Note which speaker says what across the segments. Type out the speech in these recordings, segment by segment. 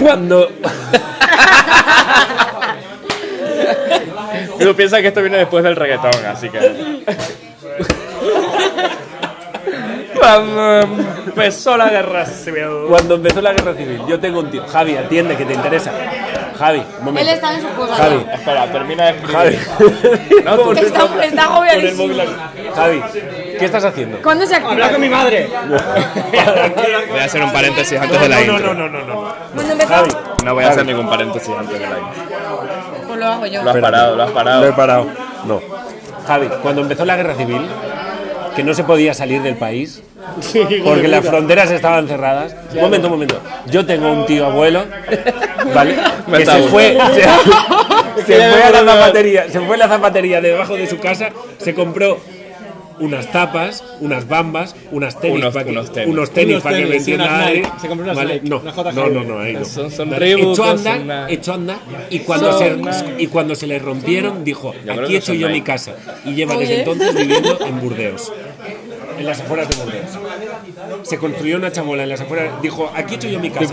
Speaker 1: Cuando. Tú piensas que esto viene después del reggaetón, así que.
Speaker 2: Cuando empezó la guerra civil.
Speaker 1: Cuando empezó la guerra civil, yo tengo un tío. Javi, atiende, que te interesa. Javi, un
Speaker 3: Él
Speaker 1: momento.
Speaker 3: está en su cueva.
Speaker 1: Javi,
Speaker 2: Espera, termina de
Speaker 1: Javi.
Speaker 2: escribir.
Speaker 1: No, tú-
Speaker 3: Está, está agobiadísimo.
Speaker 1: Javi, ¿qué estás haciendo?
Speaker 3: ¿Cuándo se activa?
Speaker 2: mi madre.
Speaker 4: Voy a hacer un paréntesis antes de la
Speaker 2: No,
Speaker 4: intro.
Speaker 2: no, no, no, no.
Speaker 3: Bueno, empezamos.
Speaker 1: Javi,
Speaker 4: No voy a hacer ningún paréntesis antes de la intro.
Speaker 3: Pues lo hago yo.
Speaker 4: Lo has parado, lo has
Speaker 1: lo he
Speaker 4: parado.
Speaker 1: parado. No. Javi, cuando empezó la guerra civil, que no se podía salir del país, porque las fronteras estaban cerradas. Un momento, un momento. Yo tengo un tío abuelo, ¿vale? Que
Speaker 4: Mata
Speaker 1: se
Speaker 4: uno.
Speaker 1: fue, se, se fue a la zapatería, se fue a la zapatería de debajo de su casa, se compró unas tapas, unas bambas, unas tenis,
Speaker 4: Unos-
Speaker 1: pa' que-
Speaker 4: unos tenis.
Speaker 1: unos tenis
Speaker 5: Unos
Speaker 1: para que
Speaker 5: tenis,
Speaker 1: me entienda
Speaker 5: unas
Speaker 1: Adri,
Speaker 5: Nike. Se compró unas
Speaker 1: ¿vale?
Speaker 5: Nike,
Speaker 1: No,
Speaker 5: unas JG.
Speaker 1: no, no, no, ahí no.
Speaker 4: Son- son pues,
Speaker 1: Vale,
Speaker 4: Reebok,
Speaker 1: echó a andar,
Speaker 4: son Nike.
Speaker 1: echó a andar y cuando, se, y cuando se le rompieron dijo,
Speaker 4: creo
Speaker 1: aquí
Speaker 4: que
Speaker 1: he hecho
Speaker 4: son
Speaker 1: yo mi
Speaker 4: Nike.
Speaker 1: casa. Y lleva desde
Speaker 3: Oye.
Speaker 1: entonces viviendo en Burdeos, en las afueras de Burdeos. Se construyó una chabola en las afueras, dijo, aquí he hecho yo mi casa.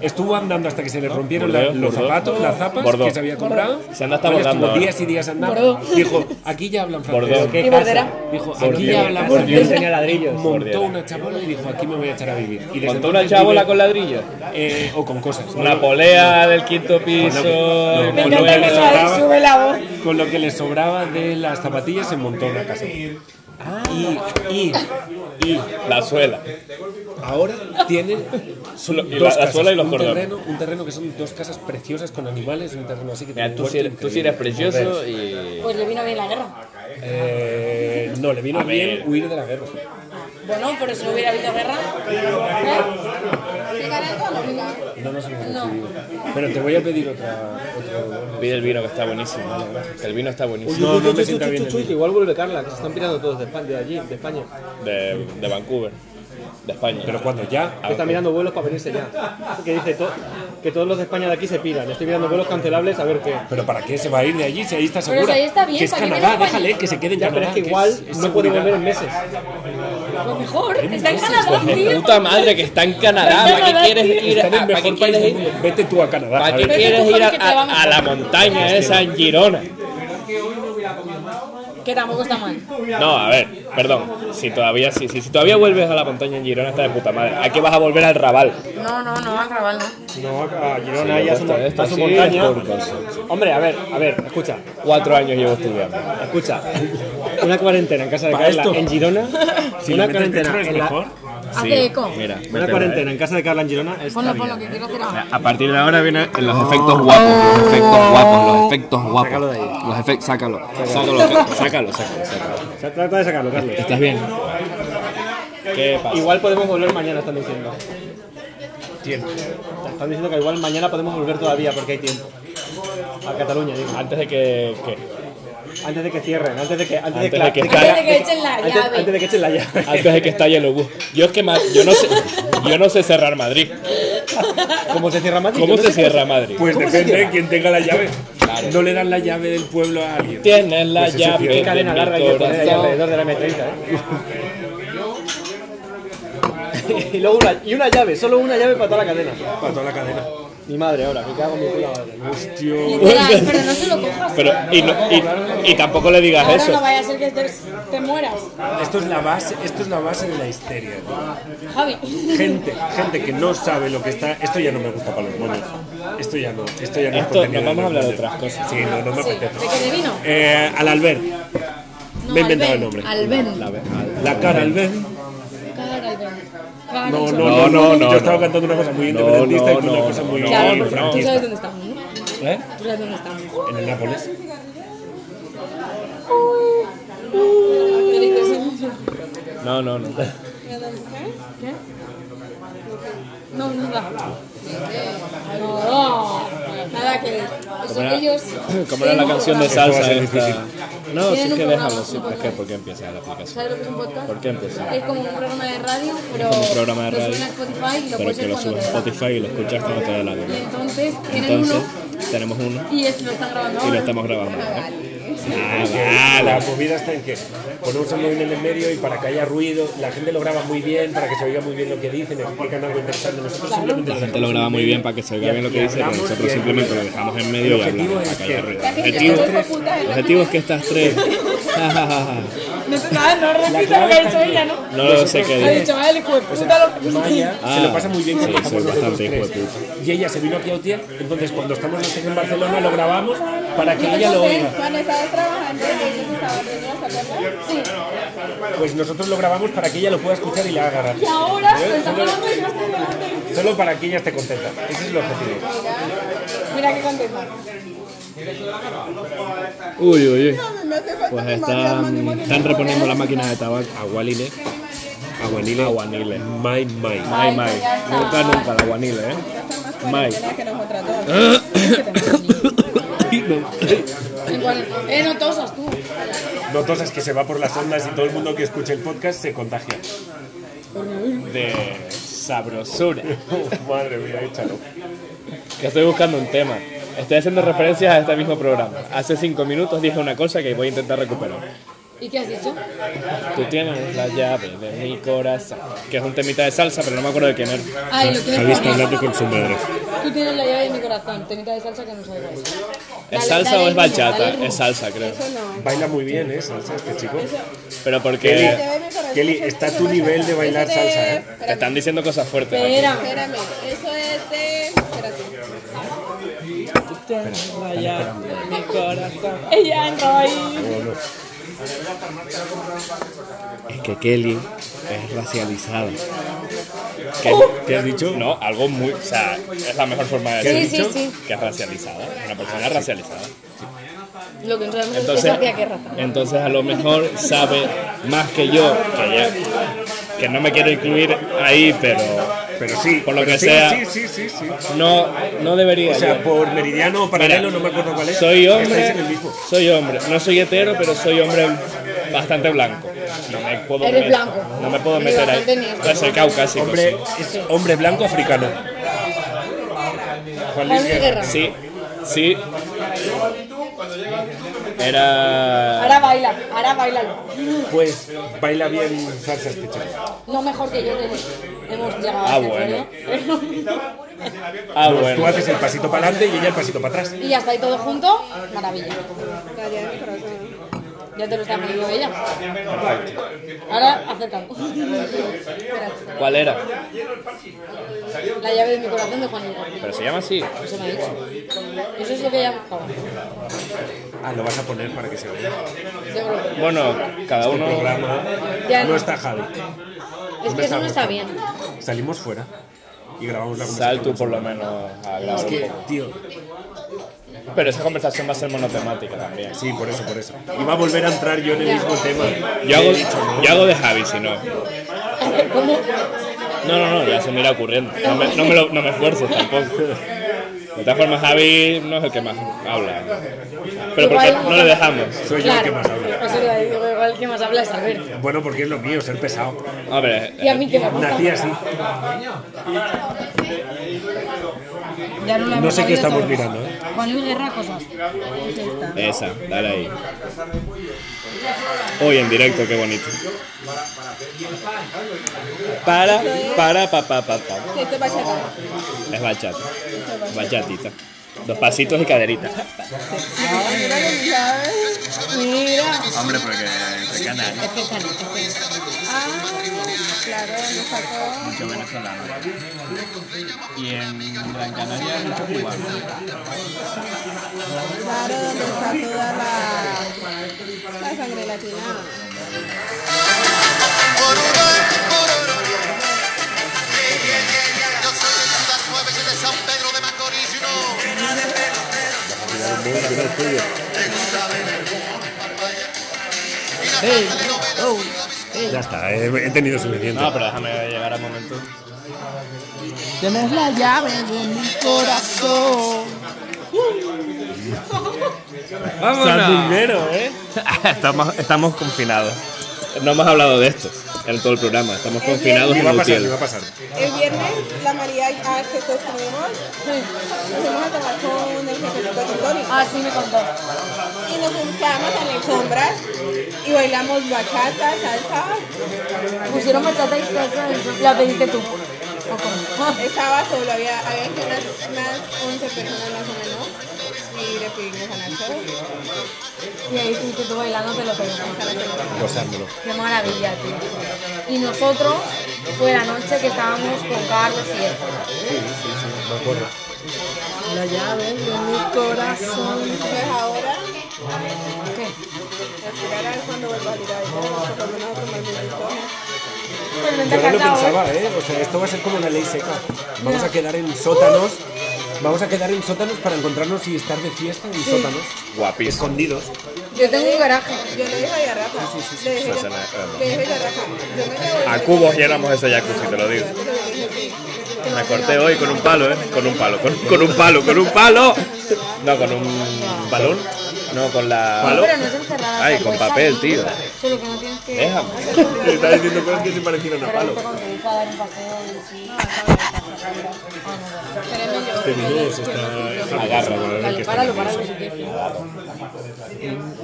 Speaker 1: Estuvo andando hasta que se le rompieron la-
Speaker 4: Burdeos,
Speaker 1: los
Speaker 4: Bordeaux.
Speaker 1: zapatos, las zapas
Speaker 4: Bordeaux.
Speaker 1: que se había comprado.
Speaker 4: Se anda hasta
Speaker 1: Vale, estuvo
Speaker 4: bordando ahora.
Speaker 1: días y días andando. Dijo, aquí ya hablan francés.
Speaker 4: Bordeaux.
Speaker 5: ¿Qué
Speaker 3: Y bordera.
Speaker 1: Dijo, aquí ya hablan
Speaker 5: Bordeaux
Speaker 1: francés.
Speaker 5: tenía ladrillos.
Speaker 1: Montó una chabola y dijo, aquí me voy a echar a vivir. Y desde
Speaker 4: Montó una
Speaker 1: entonces
Speaker 4: chabola
Speaker 1: vive-
Speaker 4: con ladrillo.
Speaker 1: eh, o con cosas.
Speaker 4: Una polea del quinto piso.
Speaker 1: no, no,
Speaker 3: Me
Speaker 4: con
Speaker 3: encanta que
Speaker 1: no,
Speaker 4: luego-
Speaker 3: Javi sube la voz.
Speaker 1: con lo que le sobraba de las zapatillas se montó una casa. Y, y, y
Speaker 4: La suela.
Speaker 1: ahora tiene son
Speaker 4: Y la-
Speaker 1: dos
Speaker 4: la
Speaker 1: casas,
Speaker 4: suela y los
Speaker 1: un
Speaker 4: cordones.
Speaker 1: terreno, un terreno que son dos casas preciosas con animales, un terreno así que tiene
Speaker 4: Mira,
Speaker 1: un
Speaker 4: tú
Speaker 1: huerto
Speaker 4: sí eres, tú sí
Speaker 1: increíble.
Speaker 4: eres precioso y.
Speaker 3: Pues le vino bien la guerra.
Speaker 1: Eh, no, le vino
Speaker 4: A
Speaker 1: bien
Speaker 4: ver.
Speaker 1: huir de la guerra.
Speaker 3: Bueno, pero si no hubiera habido guerra. ¿eh? ¿Te gana algo o no te gana?
Speaker 1: No nos hemos
Speaker 3: No.
Speaker 1: decidido. Pero te voy a pedir otra. otro-
Speaker 4: Pide el vino que está buenísimo. Que El vino está buenísimo.
Speaker 1: No, no me sienta bien. el-
Speaker 5: Igual vuelve Carla, que se están mirando todos de España, de allí, de España.
Speaker 4: De, de Vancouver. De España.
Speaker 1: Pero cuando ya.
Speaker 5: Que está mirando vuelos para venirse ya. Que dice to- que todos los de España de aquí se piran. Estoy mirando vuelos cancelables a ver qué.
Speaker 1: ¿Pero para qué se va a ir de allí si ahí está
Speaker 3: Pero
Speaker 1: segura?
Speaker 3: si ahí está bien,
Speaker 1: que es
Speaker 3: ¿para qué
Speaker 1: Canadá,
Speaker 3: viene a España?
Speaker 1: déjale que se quede en
Speaker 5: Ya, pero
Speaker 1: Canadá.
Speaker 5: es que
Speaker 1: que
Speaker 5: igual
Speaker 1: es- es
Speaker 5: no puede
Speaker 1: seguridad.
Speaker 5: volver en meses.
Speaker 3: Pues mejor, está en Canadá,
Speaker 4: Me
Speaker 3: tío.
Speaker 4: puta madre que está en Canadá.
Speaker 3: Está en
Speaker 4: ¿Para qué
Speaker 3: Canadá,
Speaker 4: quieres
Speaker 3: tío.
Speaker 4: ir a,
Speaker 1: Está en el
Speaker 4: ¿para qué
Speaker 1: mejor país
Speaker 4: quieres
Speaker 1: del
Speaker 4: ir,
Speaker 1: mundo. Vete tú a Canadá.
Speaker 4: para qué
Speaker 1: ¿sabes?
Speaker 3: Pero es que
Speaker 4: quieres
Speaker 3: tú
Speaker 4: ir a,
Speaker 3: sabes que te van a-
Speaker 4: a la montaña esa en Girona?
Speaker 3: Que tampoco está mal.
Speaker 4: No, a ver, perdón. Si todavía, si, si, si todavía vuelves a la montaña en Girona, está de puta madre. ¿A qué vas a volver al Raval?
Speaker 3: No, no, no, a grabar, no.
Speaker 5: No, a Girona y a su,
Speaker 4: Esto- esto
Speaker 5: a su
Speaker 4: sí es
Speaker 5: montaña.
Speaker 4: por consenso.
Speaker 5: Hombre, a ver, a ver, escucha,
Speaker 4: Cuatro años llevo estudiando.
Speaker 5: escucha. Una cuarentena en casa de
Speaker 1: ¿Para
Speaker 5: Carla
Speaker 1: esto?
Speaker 5: en Girona.
Speaker 1: Si
Speaker 5: una
Speaker 1: le metes dentro
Speaker 5: cuarentena
Speaker 1: es
Speaker 5: en la-
Speaker 1: mejor.
Speaker 3: Hace eco.
Speaker 4: Mira, métela,
Speaker 5: Una
Speaker 4: eh.
Speaker 5: cuarentena en casa de Carla en Girona es.
Speaker 3: Ponlo, ponlo, que quiero hacer ahora.
Speaker 4: A partir de ahora vienen los efectos guapos, los efectos guapos, los efectos guapos.
Speaker 5: Sácalo de ahí.
Speaker 4: Los efectos, sácalo, sácalo, sácalo, sácalo, sácalo.
Speaker 5: Trata de sacarlo, Carlos.
Speaker 4: ¿Estás bien? ¿Qué pasa?
Speaker 5: Igual podemos volver mañana, están diciendo. Tiempo. Están diciendo que igual mañana podemos volver todavía porque hay tiempo. A Cataluña, digo.
Speaker 4: Antes de que, que-
Speaker 5: Antes de que cierren, antes de que. Antes,
Speaker 4: Antes de
Speaker 5: de,
Speaker 4: que
Speaker 3: Antes de que echen la
Speaker 5: antes, antes
Speaker 3: llave.
Speaker 5: de que echen la llave.
Speaker 4: antes de que estalle el obús. Yo es que ma- yo no sé, yo no sé cerrar Madrid.
Speaker 5: ¿Cómo se cierra Madrid?
Speaker 4: ¿Cómo
Speaker 5: Yo no
Speaker 4: se
Speaker 5: sé
Speaker 4: cierra Madrid?
Speaker 1: Pues
Speaker 5: ¿Cómo
Speaker 1: depende
Speaker 5: se
Speaker 1: de
Speaker 5: llama?
Speaker 1: quién tenga la llave.
Speaker 4: Claro.
Speaker 1: No le dan la llave del pueblo a alguien.
Speaker 4: Tienes la
Speaker 1: Pues eso
Speaker 4: llave
Speaker 1: tiene
Speaker 5: Qué
Speaker 4: de
Speaker 5: cadena
Speaker 4: mi
Speaker 5: larga hay que poner ahí
Speaker 4: corazón.
Speaker 5: alrededor de la M30, ¿eh? y luego una, y una llave, solo una llave para toda la cadena.
Speaker 1: Para toda la cadena.
Speaker 5: Mi madre ahora, me cago en mi puta madre.
Speaker 3: Literal, pero no se lo cojas.
Speaker 4: Pero y, no- y, y tampoco le digas
Speaker 3: Ahora no
Speaker 4: eso.
Speaker 3: vaya a ser que te, te mueras.
Speaker 1: Esto es la base, esto es la base de la histeria. ¿no?
Speaker 3: Javi.
Speaker 1: Gente, gente que no sabe lo que está. Esto ya no me gusta para los monos. Esto ya no. Esto ya no. es
Speaker 4: Esto,
Speaker 1: contenido
Speaker 4: nos vamos a hablar de
Speaker 1: los monos.
Speaker 4: otras cosas.
Speaker 1: Sí, no, no me
Speaker 3: Sí, ¿de
Speaker 1: apetece.
Speaker 3: qué de vino?
Speaker 1: Eh, al Albert,
Speaker 3: No,
Speaker 1: me he inventado
Speaker 3: Albén,
Speaker 1: el nombre.
Speaker 3: Albén.
Speaker 1: la cara Albert.
Speaker 3: Cara, Albén. Cara,
Speaker 1: No, no,
Speaker 3: chaval.
Speaker 1: no, no,
Speaker 4: No, no, no,
Speaker 1: Yo estaba
Speaker 4: no.
Speaker 1: cantando una cosa muy
Speaker 4: No,
Speaker 1: independentista y
Speaker 4: no,
Speaker 1: con una
Speaker 4: no,
Speaker 1: cosa muy
Speaker 4: no,
Speaker 3: Claro, pero
Speaker 4: no.
Speaker 3: tú
Speaker 1: franquista.
Speaker 3: sabes dónde estamos, ¿no?
Speaker 1: ¿Eh?
Speaker 3: Tú sabes dónde estamos.
Speaker 1: En el Nápoles.
Speaker 4: No, no, no.
Speaker 3: ¿Qué? No, no, no. No, nada que. Eso,
Speaker 4: era-
Speaker 3: ellos.
Speaker 4: Como era la canción de
Speaker 3: Sal.
Speaker 1: va a
Speaker 4: salsa
Speaker 1: ser
Speaker 4: esta. No, sí es
Speaker 3: Tienen un
Speaker 4: que
Speaker 3: programa,
Speaker 4: déjalo. sí.
Speaker 3: un
Speaker 4: Es que
Speaker 3: podcast.
Speaker 4: ¿por qué empieza la aplicación?
Speaker 3: ¿Sabes lo que es un podcast?
Speaker 4: ¿Por qué empieza?
Speaker 3: Es como un programa de radio, pero.
Speaker 4: como un programa de
Speaker 3: lo
Speaker 4: radio,
Speaker 3: suben a Spotify y lo
Speaker 4: Pero
Speaker 3: puedes
Speaker 4: que
Speaker 3: ver
Speaker 4: lo subes a Spotify y lo escuchas cuando
Speaker 3: cuando te da la
Speaker 4: te dé la
Speaker 3: gana. Y
Speaker 4: gana.
Speaker 3: entonces tienen
Speaker 4: Entonces,
Speaker 3: uno
Speaker 4: tenemos uno
Speaker 3: y es, lo están grabando
Speaker 4: y
Speaker 3: ahora.
Speaker 4: lo estamos grabando. ¿eh?
Speaker 1: Ah,
Speaker 4: Pues.
Speaker 1: la movida está en que ponemos un móvil en el medio y para que haya ruido, la gente lo graba muy bien, para que se oiga muy bien lo que dicen, explican algo interesante. Nosotros simplemente
Speaker 4: La gente lo graba muy bien para que se oiga bien lo que dice, pero nosotros simplemente lo dejamos en medio y hablamos para que haya ruido. Objetivo, objetivo es que estas tres.
Speaker 3: ¿eh? No sé nada, no repito lo que ha dicho ella, ¿no?
Speaker 4: no lo sé qué
Speaker 1: Pues,
Speaker 3: Ha
Speaker 4: dice.
Speaker 3: dicho, vale, hijo de puta, lo que
Speaker 1: Maya se lo pasa muy bien con
Speaker 4: sí,
Speaker 1: nosotros
Speaker 4: soy
Speaker 1: los
Speaker 4: bastante
Speaker 1: tres.
Speaker 4: hijo de puta.
Speaker 1: Y ella se vino aquí a Utiel, entonces cuando estamos nosotros en Barcelona lo grabamos para que ella lo oiga.
Speaker 3: Cuando estabas trabajando en el restaurante, ¿te acuerdas?
Speaker 1: Pues nosotros lo grabamos para que ella lo pueda escuchar y la haga gracia.
Speaker 3: Sí. Y ahora, pues hablando de más adelante.
Speaker 1: Solo para que ella esté contenta. Ese es el objetivo.
Speaker 3: Mira qué contento.
Speaker 4: Uy, uy, uy.
Speaker 3: Me hace falta
Speaker 4: Pues están, están reponiendo la máquina de tabaco. Aguanile. Aguanile. Aguanile.
Speaker 1: My, my.
Speaker 4: Ay, Mai. Nunca, nunca, la aguanile, ¿eh? Mai. Ah.
Speaker 3: que nos maltrataron. Eh, no tosas tú.
Speaker 1: No tosas que se va por las ondas y todo el mundo que escuche el podcast se contagia.
Speaker 4: De sabrosura.
Speaker 1: Madre mía, échalo.
Speaker 4: Que estoy buscando un tema. Estoy haciendo referencias a este mismo programa. Hace cinco minutos dije una cosa que voy a intentar recuperar.
Speaker 3: ¿Y qué has dicho?
Speaker 4: Tú tienes la llave de mi corazón. Que es un temita de salsa, pero no me acuerdo de quién era.
Speaker 3: Ay, lo que
Speaker 1: Javi está hablando con su madre.
Speaker 3: Tú tienes la llave de mi corazón, tenita de salsa que no sabes.
Speaker 4: ¿Es salsa o es bachata? Es salsa, creo.
Speaker 3: Eso no.
Speaker 1: Baila muy bien, ¿eh? Salsa este chico.
Speaker 4: Pero porque
Speaker 1: Kelly, está a tu nivel de bailar salsa, ¿eh?
Speaker 4: te están diciendo cosas fuertes. aquí.
Speaker 3: Espérame.
Speaker 6: Espérame, eso es de. Espérate.
Speaker 3: Ella entró ahí.
Speaker 4: Es que Kelly es racializada.
Speaker 3: Uh.
Speaker 4: ¿Qué has dicho? No, algo muy. O sea, es la mejor forma de
Speaker 3: Sí,
Speaker 4: decirlo.
Speaker 3: sí, sí.
Speaker 4: Que es racializada. Una persona racializada.
Speaker 3: Lo que no sabemos es que
Speaker 4: Entonces,
Speaker 3: sabía qué raza.
Speaker 4: entonces a lo mejor sabe más que yo, que, ya- que no me quiero incluir ahí, pero
Speaker 1: Pero sí,
Speaker 4: Por lo
Speaker 1: pero
Speaker 4: que
Speaker 1: sí,
Speaker 4: sea.
Speaker 1: Sí, sí, sí, sí.
Speaker 4: no, no debería.
Speaker 1: O sea, por meridiano o paralelo, no me acuerdo cuál es.
Speaker 4: soy
Speaker 1: Estáis
Speaker 4: hombre,
Speaker 1: en el mismo.
Speaker 4: soy hombre, no soy hetero, pero soy hombre bastante blanco. No me puedo
Speaker 3: Eres
Speaker 4: meter,
Speaker 3: blanco.
Speaker 4: No me puedo
Speaker 3: Eres
Speaker 4: meter ahí.
Speaker 3: bastante negro.
Speaker 4: Pues soy caucásico.
Speaker 1: Hombre, es hombre blanco africano. Juan Luis
Speaker 3: Juan Luis
Speaker 1: Guerra.
Speaker 3: Guerra.
Speaker 4: Sí, sí. sí. Era
Speaker 3: Ahora baila, ahora bailalo.
Speaker 1: Pues baila bien salsa este chico.
Speaker 3: No mejor que yo que hemos llegado
Speaker 4: Ah,
Speaker 3: a este
Speaker 4: bueno.
Speaker 3: acuerdo.
Speaker 4: ah
Speaker 1: Tú
Speaker 4: bueno.
Speaker 1: haces el pasito para adelante y ella el pasito para atrás.
Speaker 3: Y ya está ahí todo junto, maravilla.
Speaker 6: La llave de mi corazón.
Speaker 3: Ya te lo está poniendo ella. Ahora acércalo. Espérate.
Speaker 4: ¿Cuál era?
Speaker 3: La llave de mi corazón de Juan Luis
Speaker 4: Pero se llama así.
Speaker 3: Eso me ha dicho. Eso es lo que ella buscaba.
Speaker 1: Ah, lo vas a poner para que se vea.
Speaker 3: Yo creo que-
Speaker 4: Bueno, cada
Speaker 1: El
Speaker 4: uno.
Speaker 1: programa
Speaker 3: Ya
Speaker 1: no
Speaker 3: no.
Speaker 1: está Javi.
Speaker 3: Es que eso no está bien.
Speaker 1: Salimos fuera y grabamos la
Speaker 4: Sal
Speaker 1: conversación.
Speaker 4: tú por lo menos a grabar
Speaker 1: Es
Speaker 4: un
Speaker 1: que,
Speaker 4: poco.
Speaker 1: tío,
Speaker 4: Pero esa conversación va a ser monotemática también.
Speaker 1: sí, por eso, por eso. Y va a volver a entrar yo en el mismo tema.
Speaker 4: Yo hago, yo hago de Javi, si no.
Speaker 3: ¿Cómo?
Speaker 4: No, no, no, ya se me irá ocurriendo. No me, no me, lo- no me esfuerces tampoco. De todas formas, Javi no es el que más habla. Pero porque no le dejamos.
Speaker 1: Soy yo el que
Speaker 3: Claro. Pues
Speaker 1: más habla.
Speaker 3: Eso le digo, igual el que más habla es Alberto.
Speaker 1: Bueno, porque es lo mío, ser pesado.
Speaker 4: A ver,
Speaker 3: Y a mí que me gusta.
Speaker 1: Nací así.
Speaker 3: Ya no, la
Speaker 1: No sé qué
Speaker 3: hemos sabido
Speaker 1: estamos
Speaker 3: todos.
Speaker 1: mirando, ¿eh?
Speaker 3: Juan Luis Guerra, cosas.
Speaker 4: esa, dale ahí. Uy, en directo, qué bonito. Para, para, pa, pa, pa, pa.
Speaker 6: Que esto es bachata.
Speaker 4: Es bachata. Bachatita. Dos pasitos y caderita.
Speaker 6: Mira que mi llave.
Speaker 3: Mira.
Speaker 4: Hombre, porque soy canario,
Speaker 3: Es que está es
Speaker 6: Ah, claro, me sacó.
Speaker 4: mucho venezolano. Y en Gran Canaria mucho cubano.
Speaker 6: Claro, donde está toda la. La sangre latina.
Speaker 7: Yo soy de Ciudad Jueves y de San Pedro de Macorís, you know.
Speaker 1: Ya está, eh, he, he tenido suficiente.
Speaker 4: No, pero déjame llegar al momento.
Speaker 6: Tienes la llave de mi corazón.
Speaker 1: Está primero, ¿eh?
Speaker 4: ¿eh? estamos, estamos confinados. No hemos hablado de esto.
Speaker 8: en todo el programa. Estamos
Speaker 6: El
Speaker 8: confinados
Speaker 6: viernes-
Speaker 8: en
Speaker 6: Va a
Speaker 8: Utiel.
Speaker 1: pasar.
Speaker 6: El viernes, la María y Ash que todos comimos, fuimos a tomar con el jefecito de Tony.
Speaker 3: Ah, sí, me contó.
Speaker 6: Y nos juntamos en las sombras y bailamos bachata, salsa.
Speaker 3: Pusieron bachata y salsa de eso. La pediste tú. ¿O cómo?
Speaker 6: Estaba solo, había, había que unas, unas 11 personas más o menos. Y le pedimos a Nacho.
Speaker 3: Y ahí estuviste tú bailando, te lo pegó. Qué maravilla, tío. Y nosotros fue la noche que estábamos con Carlos y esto.
Speaker 6: La llave de mi corazón. Pues ahora,
Speaker 3: ¿Qué?
Speaker 6: esperar a ver cuando vuelva a tirar. Por lo menos a
Speaker 3: Pero
Speaker 6: tomar mi
Speaker 3: no te
Speaker 1: Yo no
Speaker 3: has
Speaker 1: lo
Speaker 3: casado,
Speaker 1: pensaba, ¿eh? O sea, esto va a ser como una ley seca. Vamos a quedar en sótanos. Vamos a quedar en sótanos para encontrarnos y estar de fiesta en sótanos.
Speaker 8: Guapísimo.
Speaker 1: Escondidos.
Speaker 3: ¿eh? Yo tengo un garaje.
Speaker 6: Yo le dije a Rafa, le dije,
Speaker 8: Eso suena hermoso.
Speaker 6: le dije a Rafa, yo me llevo
Speaker 8: A cubos llenamos ese jacuzzi, te lo digo. Me corté hoy con un palo, ¿eh? Con un palo, con, con un palo, con un palo. No, con un balón. No, con la...
Speaker 3: No, pero no es encerrada.
Speaker 8: Ay,
Speaker 3: te
Speaker 8: con
Speaker 3: puedes
Speaker 8: papel,
Speaker 3: salir,
Speaker 8: tío.
Speaker 3: Solo que no tienes que.
Speaker 8: Déjame.
Speaker 1: Le estaba diciendo cosas que se parecieron
Speaker 3: Pero ahorita cuando te a dar un paseo y sí. Ah,
Speaker 1: Este
Speaker 8: Agarra,
Speaker 3: Dale, páralo, páralo si quieres.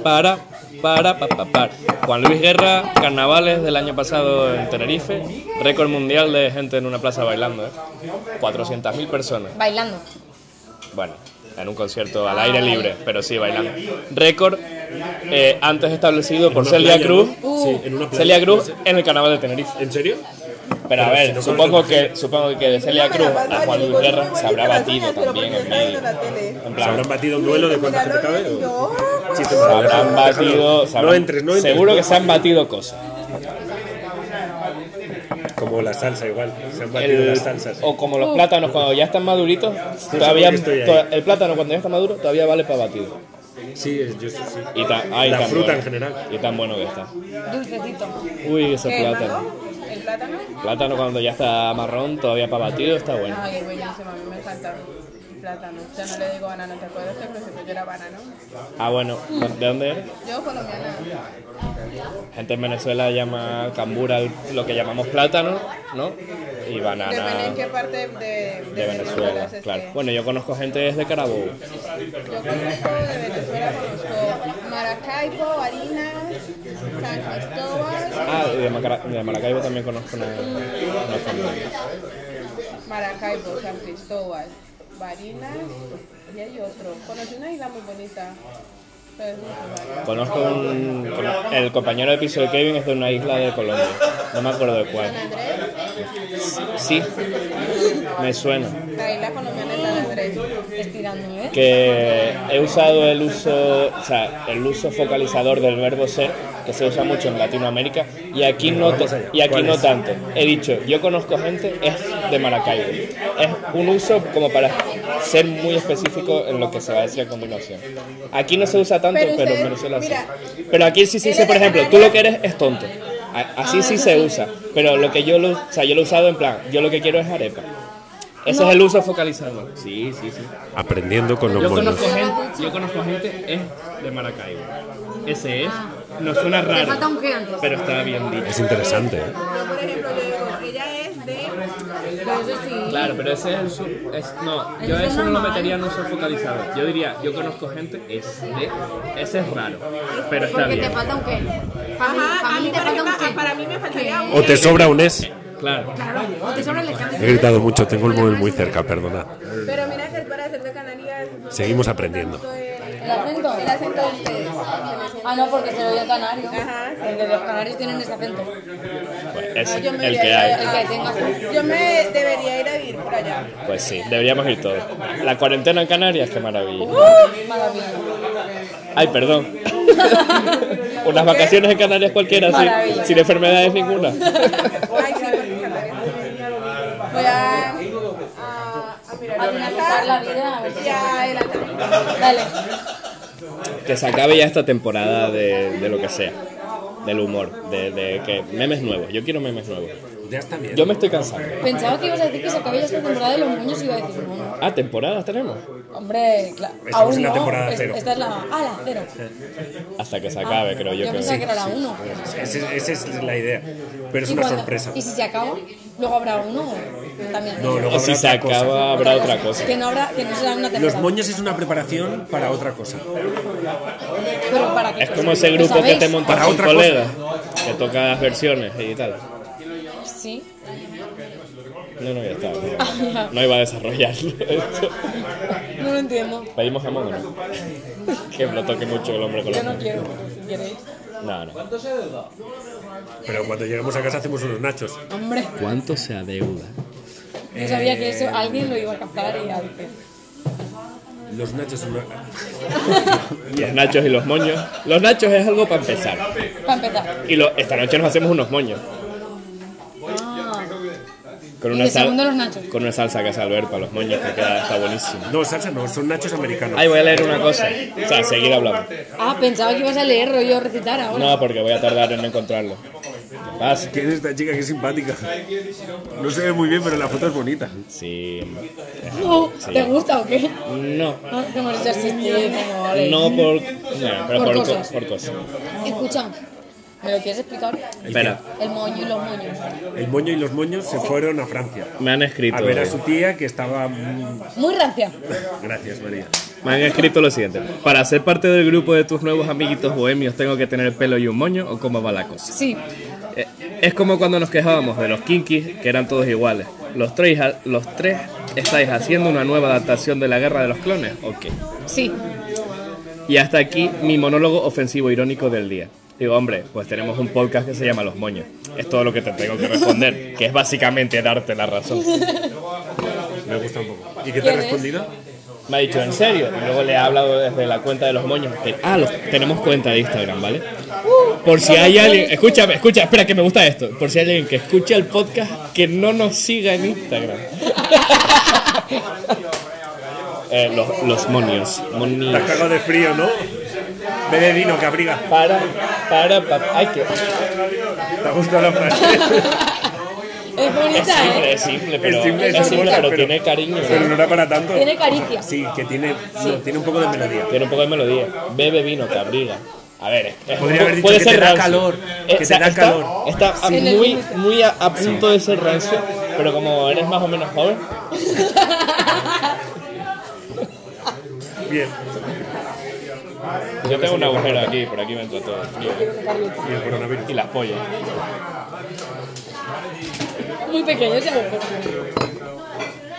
Speaker 4: Para, para, para, para. Juan Luis Guerra, carnavales del año pasado en Tenerife, récord mundial de gente en una plaza bailando, ¿eh? 400.000 personas.
Speaker 3: Bailando.
Speaker 4: Bueno, en un concierto al aire libre, pero sí bailando. Récord eh, antes establecido por
Speaker 1: una
Speaker 4: Celia
Speaker 1: playa,
Speaker 4: Cruz.
Speaker 1: ¿no? Sí, en una playa.
Speaker 4: Celia Cruz en el carnaval de Tenerife.
Speaker 1: ¿En serio?
Speaker 4: Pero a
Speaker 1: Pero si
Speaker 4: ver,
Speaker 1: no
Speaker 4: supongo
Speaker 1: conoces la
Speaker 4: que supongo que de Celia Cruz a Juan Luis Guerra se habrá batido también en el- en
Speaker 1: ¿Se habrán
Speaker 4: plan,
Speaker 1: batido un duelo de ¿eh? cuánta gente cabe? o? Chiste
Speaker 6: Yo, ah, pues,
Speaker 1: malo.
Speaker 4: se habrán batido, se
Speaker 1: No
Speaker 4: habrán-
Speaker 1: entres, no entres.
Speaker 4: seguro que se han batido cosas.
Speaker 1: Como la salsa igual. Se han batido
Speaker 4: El-
Speaker 1: las salsas.
Speaker 4: o como los plátanos cuando ya están maduritos,
Speaker 1: por
Speaker 4: todavía
Speaker 1: qué estoy ahí.
Speaker 4: to- el plátano cuando ya está maduro todavía vale para batido.
Speaker 1: Sí, es- yo sí, sí.
Speaker 4: Y tan, ay,
Speaker 1: La
Speaker 4: tan
Speaker 1: fruta
Speaker 4: bueno.
Speaker 1: en general.
Speaker 4: Y tan bueno que está.
Speaker 3: Dulcecito.
Speaker 4: Uy, ese
Speaker 6: ¿El
Speaker 4: plátano.
Speaker 6: mango? ¿El plátano?
Speaker 4: Plátano cuando ya está marrón, todavía para batido, está bueno.
Speaker 6: Ay, buenísimo, a mí me encanta el plátano. Yo no le digo banano, ¿te acuerdas que al principio yo era banano?
Speaker 4: Ah, bueno, ¿de dónde eres?
Speaker 6: Yo colombiana.
Speaker 4: Gente en Venezuela llama cambura el- lo que llamamos plátano, ¿no? Y
Speaker 6: Depende en qué
Speaker 4: banana
Speaker 6: parte de, de
Speaker 4: de Venezuela,
Speaker 6: se
Speaker 4: claro.
Speaker 6: esté.
Speaker 4: Bueno, yo conozco gente desde Carabobo.
Speaker 6: Yo conozco de Venezuela, conozco Maracaibo, Barinas, San Cristóbal,
Speaker 4: Ah, y de, Macara- de Maracaibo también conozco una, una familia.
Speaker 6: Maracaibo, San Cristóbal, Barinas y hay otro. Conocí una isla muy bonita. pero es muy pequeña.
Speaker 4: Conozco un... cono- el compañero de piso de Kevin es de una isla de Colombia. No me acuerdo de cuál. Sí, me suena.
Speaker 6: La isla colombiana es San Andrés.
Speaker 3: Estirando, ¿eh?
Speaker 4: que he usado el uso, o sea, el uso focalizador del verbo ser, que se usa mucho en Latinoamérica, y aquí no, te- y aquí no tanto. He dicho, yo conozco gente, es de Maracaibo. Es un uso como para ser muy específico en lo que se va a decir a continuación. Aquí no se usa tanto,
Speaker 6: Pero
Speaker 4: pero,
Speaker 6: ustedes-
Speaker 4: en Venezuela sí.
Speaker 6: mira,
Speaker 4: Pero aquí sí se dice,
Speaker 6: ¿eres
Speaker 4: por
Speaker 6: de
Speaker 4: ejemplo, tú
Speaker 6: Canarias?
Speaker 4: lo que eres es tonto. A- Así
Speaker 3: Ah,
Speaker 4: sí
Speaker 3: eso
Speaker 4: se
Speaker 3: sí.
Speaker 4: usa, pero lo que yo lo, o sea, yo lo he usado en plan, yo lo que quiero es arepa. Ese es el uso focalizador. Sí, sí, sí.
Speaker 1: Aprendiendo con los
Speaker 4: Yo
Speaker 1: monos.
Speaker 4: conozco gente, yo conozco gente es de Maracaibo. Ese es, no suena
Speaker 3: Te
Speaker 4: raro,
Speaker 3: falta un que antes.
Speaker 4: pero está bien dicho.
Speaker 1: Es interesante, ¿eh?
Speaker 6: Yo, por ejemplo, yo digo, ella es de.
Speaker 3: Pero eso sí.
Speaker 4: Claro, pero ese es el su- es- no, yo
Speaker 3: Eso es
Speaker 4: eso no lo
Speaker 3: normal.
Speaker 4: metería en uso focalizado. Yo diría, yo conozco gente es de, ese es raro, pero está
Speaker 3: Porque te
Speaker 4: bien.
Speaker 3: falta un qué. Para mí,
Speaker 6: Ajá,
Speaker 3: para
Speaker 6: a
Speaker 3: mí
Speaker 6: mí,
Speaker 3: te
Speaker 6: por
Speaker 3: falta un
Speaker 6: ejemplo,
Speaker 3: qué.
Speaker 6: para mí me faltaría un.
Speaker 1: O te sobra un es.
Speaker 4: Claro.
Speaker 3: Claro, o te sobra el examen.
Speaker 1: He gritado mucho, tengo el móvil muy cerca, perdona.
Speaker 6: Pero mira que para ser de Canarias. no
Speaker 1: Seguimos
Speaker 6: tengo
Speaker 1: aprendiendo.
Speaker 6: tanto el-
Speaker 3: ¿El acento?
Speaker 6: El acento de ustedes.
Speaker 3: Ah, no, porque se lo dio el canario.
Speaker 6: Ajá, sí.
Speaker 3: Porque los canarios tienen ese acento.
Speaker 4: pues,
Speaker 3: Ah,
Speaker 4: Es
Speaker 6: Yo me
Speaker 4: el que
Speaker 6: iría
Speaker 4: hay.
Speaker 3: El que tengas tú.
Speaker 6: Yo me debería ir a vivir por allá.
Speaker 4: Pues sí, deberíamos ir todos. La cuarentena en Canarias, qué maravilla.
Speaker 3: Uh. Maravilla.
Speaker 4: Ay, perdón. Unas vacaciones en Canarias cualquiera, sin,
Speaker 3: Maravilla.
Speaker 4: sin enfermedades ninguna.
Speaker 6: Ay, sí, porque Canarias es- Voy a, a, a mirar
Speaker 3: A
Speaker 6: la
Speaker 3: disfrutar la vida, a ver si
Speaker 6: y a adelantarme.
Speaker 3: Dale.
Speaker 4: Que se acabe ya esta temporada de, de lo que sea, del humor, de, de que memes nuevos. Yo quiero memes nuevos.
Speaker 1: Ya está bien.
Speaker 4: Yo me estoy cansando.
Speaker 3: Pensaba que ibas a decir que se acababa ya esta temporada de los niños y iba a decir, bueno,
Speaker 4: Ah, temporadas tenemos.
Speaker 3: Hombre, claro.
Speaker 1: Estamos
Speaker 3: aún
Speaker 1: en la
Speaker 3: no.
Speaker 1: temporada
Speaker 3: Es-
Speaker 1: cero.
Speaker 3: Esta es la. Ah, la cero.
Speaker 4: Hasta que se acabe,
Speaker 3: Ah,
Speaker 4: creo yo.
Speaker 3: Yo
Speaker 4: que
Speaker 3: pensaba que era la uno.
Speaker 1: Ese- Esa es la idea. Pero es
Speaker 3: Y
Speaker 1: una
Speaker 3: cuando-
Speaker 1: sorpresa.
Speaker 3: ¿Y si se acaba? ¿Luego habrá uno? o También.
Speaker 1: No, luego
Speaker 4: O si
Speaker 1: habrá
Speaker 4: se
Speaker 1: otra cosa.
Speaker 4: acaba, habrá otra cosa.
Speaker 3: Que no habrá, que no será una
Speaker 1: Los
Speaker 3: temporada.
Speaker 1: moños es una preparación para otra cosa.
Speaker 3: Pero para qué
Speaker 4: Es
Speaker 3: cosa?
Speaker 4: como ese
Speaker 3: ¿Lo
Speaker 4: grupo que
Speaker 3: sabéis?
Speaker 4: te montas
Speaker 1: Para
Speaker 4: con
Speaker 1: otra
Speaker 4: colegas, que toca las versiones y tal.
Speaker 3: Sí.
Speaker 4: No, no, ya está. No iba a desarrollarlo esto.
Speaker 3: No lo entiendo.
Speaker 4: Pedimos jamón o no. Que me lo toque mucho el hombre con
Speaker 3: Yo
Speaker 4: la
Speaker 3: no quiero. ¿Queréis?
Speaker 4: No, no.
Speaker 1: Pero cuando llegamos a casa hacemos unos nachos.
Speaker 3: Hombre,
Speaker 4: ¿Cuánto se adeuda?
Speaker 3: yo sabía que
Speaker 1: Eh,
Speaker 3: eso alguien lo iba a captar y alguien.
Speaker 1: Los nachos son una...
Speaker 4: Los nachos y los moños. Los nachos es algo para empezar.
Speaker 3: Para empezar.
Speaker 4: Y lo- esta noche nos hacemos unos moños.
Speaker 3: Ah,
Speaker 4: Con
Speaker 3: Y
Speaker 4: una,
Speaker 3: de segundo
Speaker 4: sal-
Speaker 3: los nachos.
Speaker 4: con una salsa que hace Albert para los moños, que queda, está buenísimo.
Speaker 1: No, salsa no, son nachos americanos.
Speaker 4: Ay, voy a leer una cosa. O sea, seguir hablando.
Speaker 3: Ah, pensaba que ibas a leer rollo recitar ahora.
Speaker 4: No, porque voy a tardar en encontrarlo. Vas.
Speaker 1: ¿Quién es esta chica que es simpática? No se ve muy bien, pero la foto es bonita.
Speaker 4: Sí.
Speaker 3: No, Oh, ¿Te gusta o qué?
Speaker 4: No.
Speaker 3: Ah, que hemos hecho así, tío, como, ole.
Speaker 4: No por. No, pero por,
Speaker 3: Por
Speaker 4: co-
Speaker 3: cosas.
Speaker 4: por cosas.
Speaker 3: Escucha, ¿me lo quieres explicar?
Speaker 4: Espera,
Speaker 3: El moño y los moños.
Speaker 1: El moño y los moños se fueron a Francia.
Speaker 4: me han escrito.
Speaker 1: A ver a Ah, su tía que estaba... mm,
Speaker 3: Muy rancia.
Speaker 1: Gracias, María.
Speaker 4: Me han escrito lo siguiente. Para ser parte del grupo de tus nuevos amiguitos bohemios, tengo que tener pelo y un moño o cómo va la cosa.
Speaker 3: Sí.
Speaker 4: Eh, Es como cuando nos quejábamos de los kinkis, que eran todos iguales. Los tres, ha- los tres estáis haciendo una nueva adaptación de la guerra de los clones, ok.
Speaker 3: Sí.
Speaker 4: Y hasta aquí mi monólogo ofensivo irónico del día. Digo, hombre, pues tenemos un podcast que se llama Los Moños. Es todo lo que te tengo que responder, que es básicamente darte la razón.
Speaker 1: Me gusta un poco. ¿Y qué te ha
Speaker 3: ¿Quién es?
Speaker 1: respondido?
Speaker 4: Me ha dicho, ¿en serio? Y luego le he hablado desde la cuenta de los moños. que- ah, los- tenemos cuenta de Instagram, ¿vale? Por si hay alguien... Escúchame, escucha, espera, que me gusta esto. Por si hay alguien que escuche el podcast, que no nos siga en Instagram. Eh, los, los monios.
Speaker 1: Te
Speaker 4: Monios.
Speaker 1: has cagado de frío, ¿no? Ve de vino que abriga.
Speaker 4: Para, para, para... Ay, que...
Speaker 1: Te ha gustado la frase.
Speaker 3: Es
Speaker 4: Es
Speaker 3: bonita,
Speaker 4: simple,
Speaker 3: ¿eh?
Speaker 4: es simple, pero,
Speaker 1: Es simple,
Speaker 4: es simple,
Speaker 1: bonita,
Speaker 4: pero
Speaker 1: pero-
Speaker 4: tiene cariño.
Speaker 1: Pero no era para tanto.
Speaker 3: Tiene caricia.
Speaker 1: Sí, que tiene, no, tiene un poco de melodía.
Speaker 4: Tiene un poco de melodía. Bebe vino, que abriga. A ver, es- es-
Speaker 1: Podría haber dicho
Speaker 4: puede
Speaker 1: que
Speaker 4: ser
Speaker 1: te da
Speaker 4: rancio.
Speaker 1: calor, que te
Speaker 4: está-
Speaker 1: da
Speaker 4: está-
Speaker 1: calor.
Speaker 4: Está a-
Speaker 3: En el
Speaker 4: muy,
Speaker 3: límite.
Speaker 4: muy a, a punto de ser rancio, pero como eres más o menos joven,
Speaker 1: Bien.
Speaker 4: yo tengo un agujero aquí, por aquí me entra todo el frío.
Speaker 1: Y el coronavirus.
Speaker 4: Y las pollas.
Speaker 3: Muy pequeño ese agujero.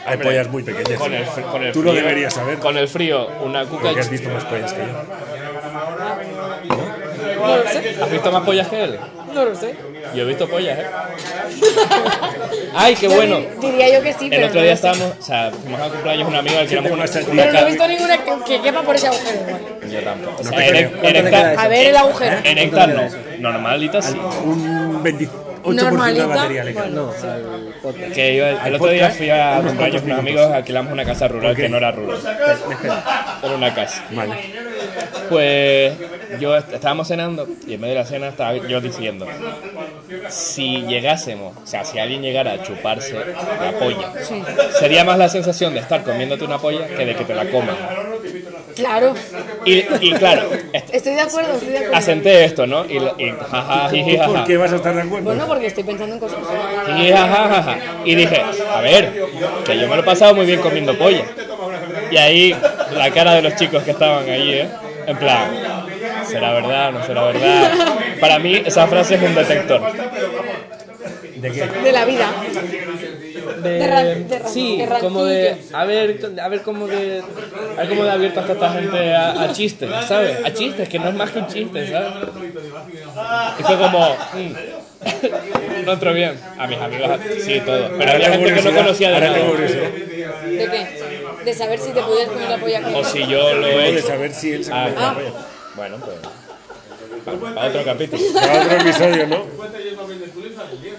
Speaker 1: Hay pollas muy pequeñas.
Speaker 4: Con el, fr- con el
Speaker 1: Tú
Speaker 4: frío,
Speaker 1: lo deberías saber.
Speaker 4: Con el frío, una cuca.
Speaker 1: Porque has visto más pollas que yo.
Speaker 3: No lo sé.
Speaker 4: ¿Has visto más pollas que él?
Speaker 3: No lo sé.
Speaker 4: Yo he visto pollas, ¿eh? ¡Ay, qué
Speaker 3: Yo
Speaker 4: bueno!
Speaker 3: dir- Diría yo que sí,
Speaker 4: El
Speaker 3: pero.
Speaker 4: otro
Speaker 3: no
Speaker 4: día
Speaker 3: lo sé.
Speaker 4: estábamos, o sea, fuimos a cumpleaños de un amigo al que éramos una, una
Speaker 3: Pero no he
Speaker 4: ca-
Speaker 3: visto ninguna que, que quepa por ese agujero. igual.
Speaker 4: Yo tampoco. O sea,
Speaker 1: te
Speaker 4: en,
Speaker 1: creo. ¿Eh?
Speaker 4: hec-
Speaker 1: ¿Cuánto
Speaker 4: en
Speaker 9: le
Speaker 4: hectar-
Speaker 9: queda
Speaker 3: A ver el agujero.
Speaker 4: en hectar no. Normalita sí.
Speaker 1: Un 28% de ¿eh?
Speaker 3: Normalita.
Speaker 1: batería le queda.
Speaker 3: Bueno,
Speaker 9: No, al podcast.
Speaker 4: Que yo el, el otro día fui a
Speaker 1: Unos cuantos
Speaker 4: cumpleaños con unos
Speaker 1: minutos.
Speaker 4: amigos, alquilamos una casa rural que no era rural. Era una casa.
Speaker 1: Vale.
Speaker 4: Pues yo est- estábamos cenando y en medio de la cena estaba yo diciendo, si llegásemos, o sea, si alguien llegara a chuparse la polla, sería más la sensación de estar comiéndote una polla que de que te la coman.
Speaker 3: Claro.
Speaker 4: Y, y claro, est-
Speaker 3: Estoy de acuerdo, estoy de acuerdo.
Speaker 4: asenté esto, ¿no? Y, lo- y jaja, jiji, jaja.
Speaker 1: ¿Por qué vas a estar de acuerdo?
Speaker 3: Bueno, porque estoy pensando en cosas.
Speaker 4: Y, ja, ja, ja, ja. Y dije, a ver, que yo me lo he pasado muy bien comiendo polla. Y ahí la cara de los chicos que estaban allí, ¿eh? en plan, ¿será verdad no será verdad? Para mí esa frase es un detector.
Speaker 1: ¿De qué?
Speaker 3: De la vida. De ra- de ra-
Speaker 6: sí,
Speaker 3: de ratillo.
Speaker 6: como de Eh, a ver, a ver cómo de a ver cómo de abierta está esta gente a, a chistes, ¿sabes? A chistes que no es más que un chiste, ¿sabes?
Speaker 4: Y fue como, mm. no entró bien. A mis amigos, sí, todo. Pero había gente que no conocía de
Speaker 1: Ahora tengo
Speaker 4: nada.
Speaker 1: curiosidad
Speaker 3: ¿De qué? De saber si te podías poner la polla con
Speaker 4: O si yo lo he
Speaker 1: de
Speaker 4: hecho.
Speaker 1: saber si él se
Speaker 4: Ah,
Speaker 1: come la
Speaker 4: claro.
Speaker 1: polla.
Speaker 4: Bueno, pues. Para, para otro capítulo.
Speaker 1: Para otro episodio, ¿no?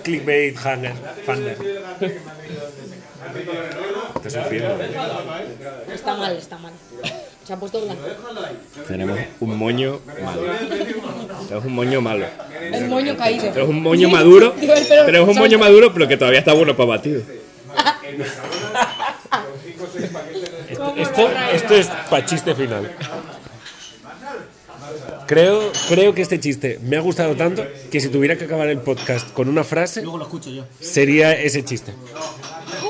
Speaker 1: Clickbait, hanger, fander. Te sufriendo. ¿eh?
Speaker 3: Está mal, está mal. Se ha puesto blanco.
Speaker 4: Tenemos un moño malo. Tenemos un moño malo.
Speaker 3: El moño caído.
Speaker 4: Tenemos un moño maduro.
Speaker 3: Digo, el pelo-
Speaker 4: Tenemos un moño
Speaker 3: ¿sabes?
Speaker 4: maduro, pero que todavía está bueno para batido.
Speaker 3: Como
Speaker 1: Esto, esto es para chiste final. Creo, creo que este chiste me ha gustado tanto que si tuviera que acabar el podcast con una frase,
Speaker 5: Luego lo escucho yo.
Speaker 1: sería ese chiste.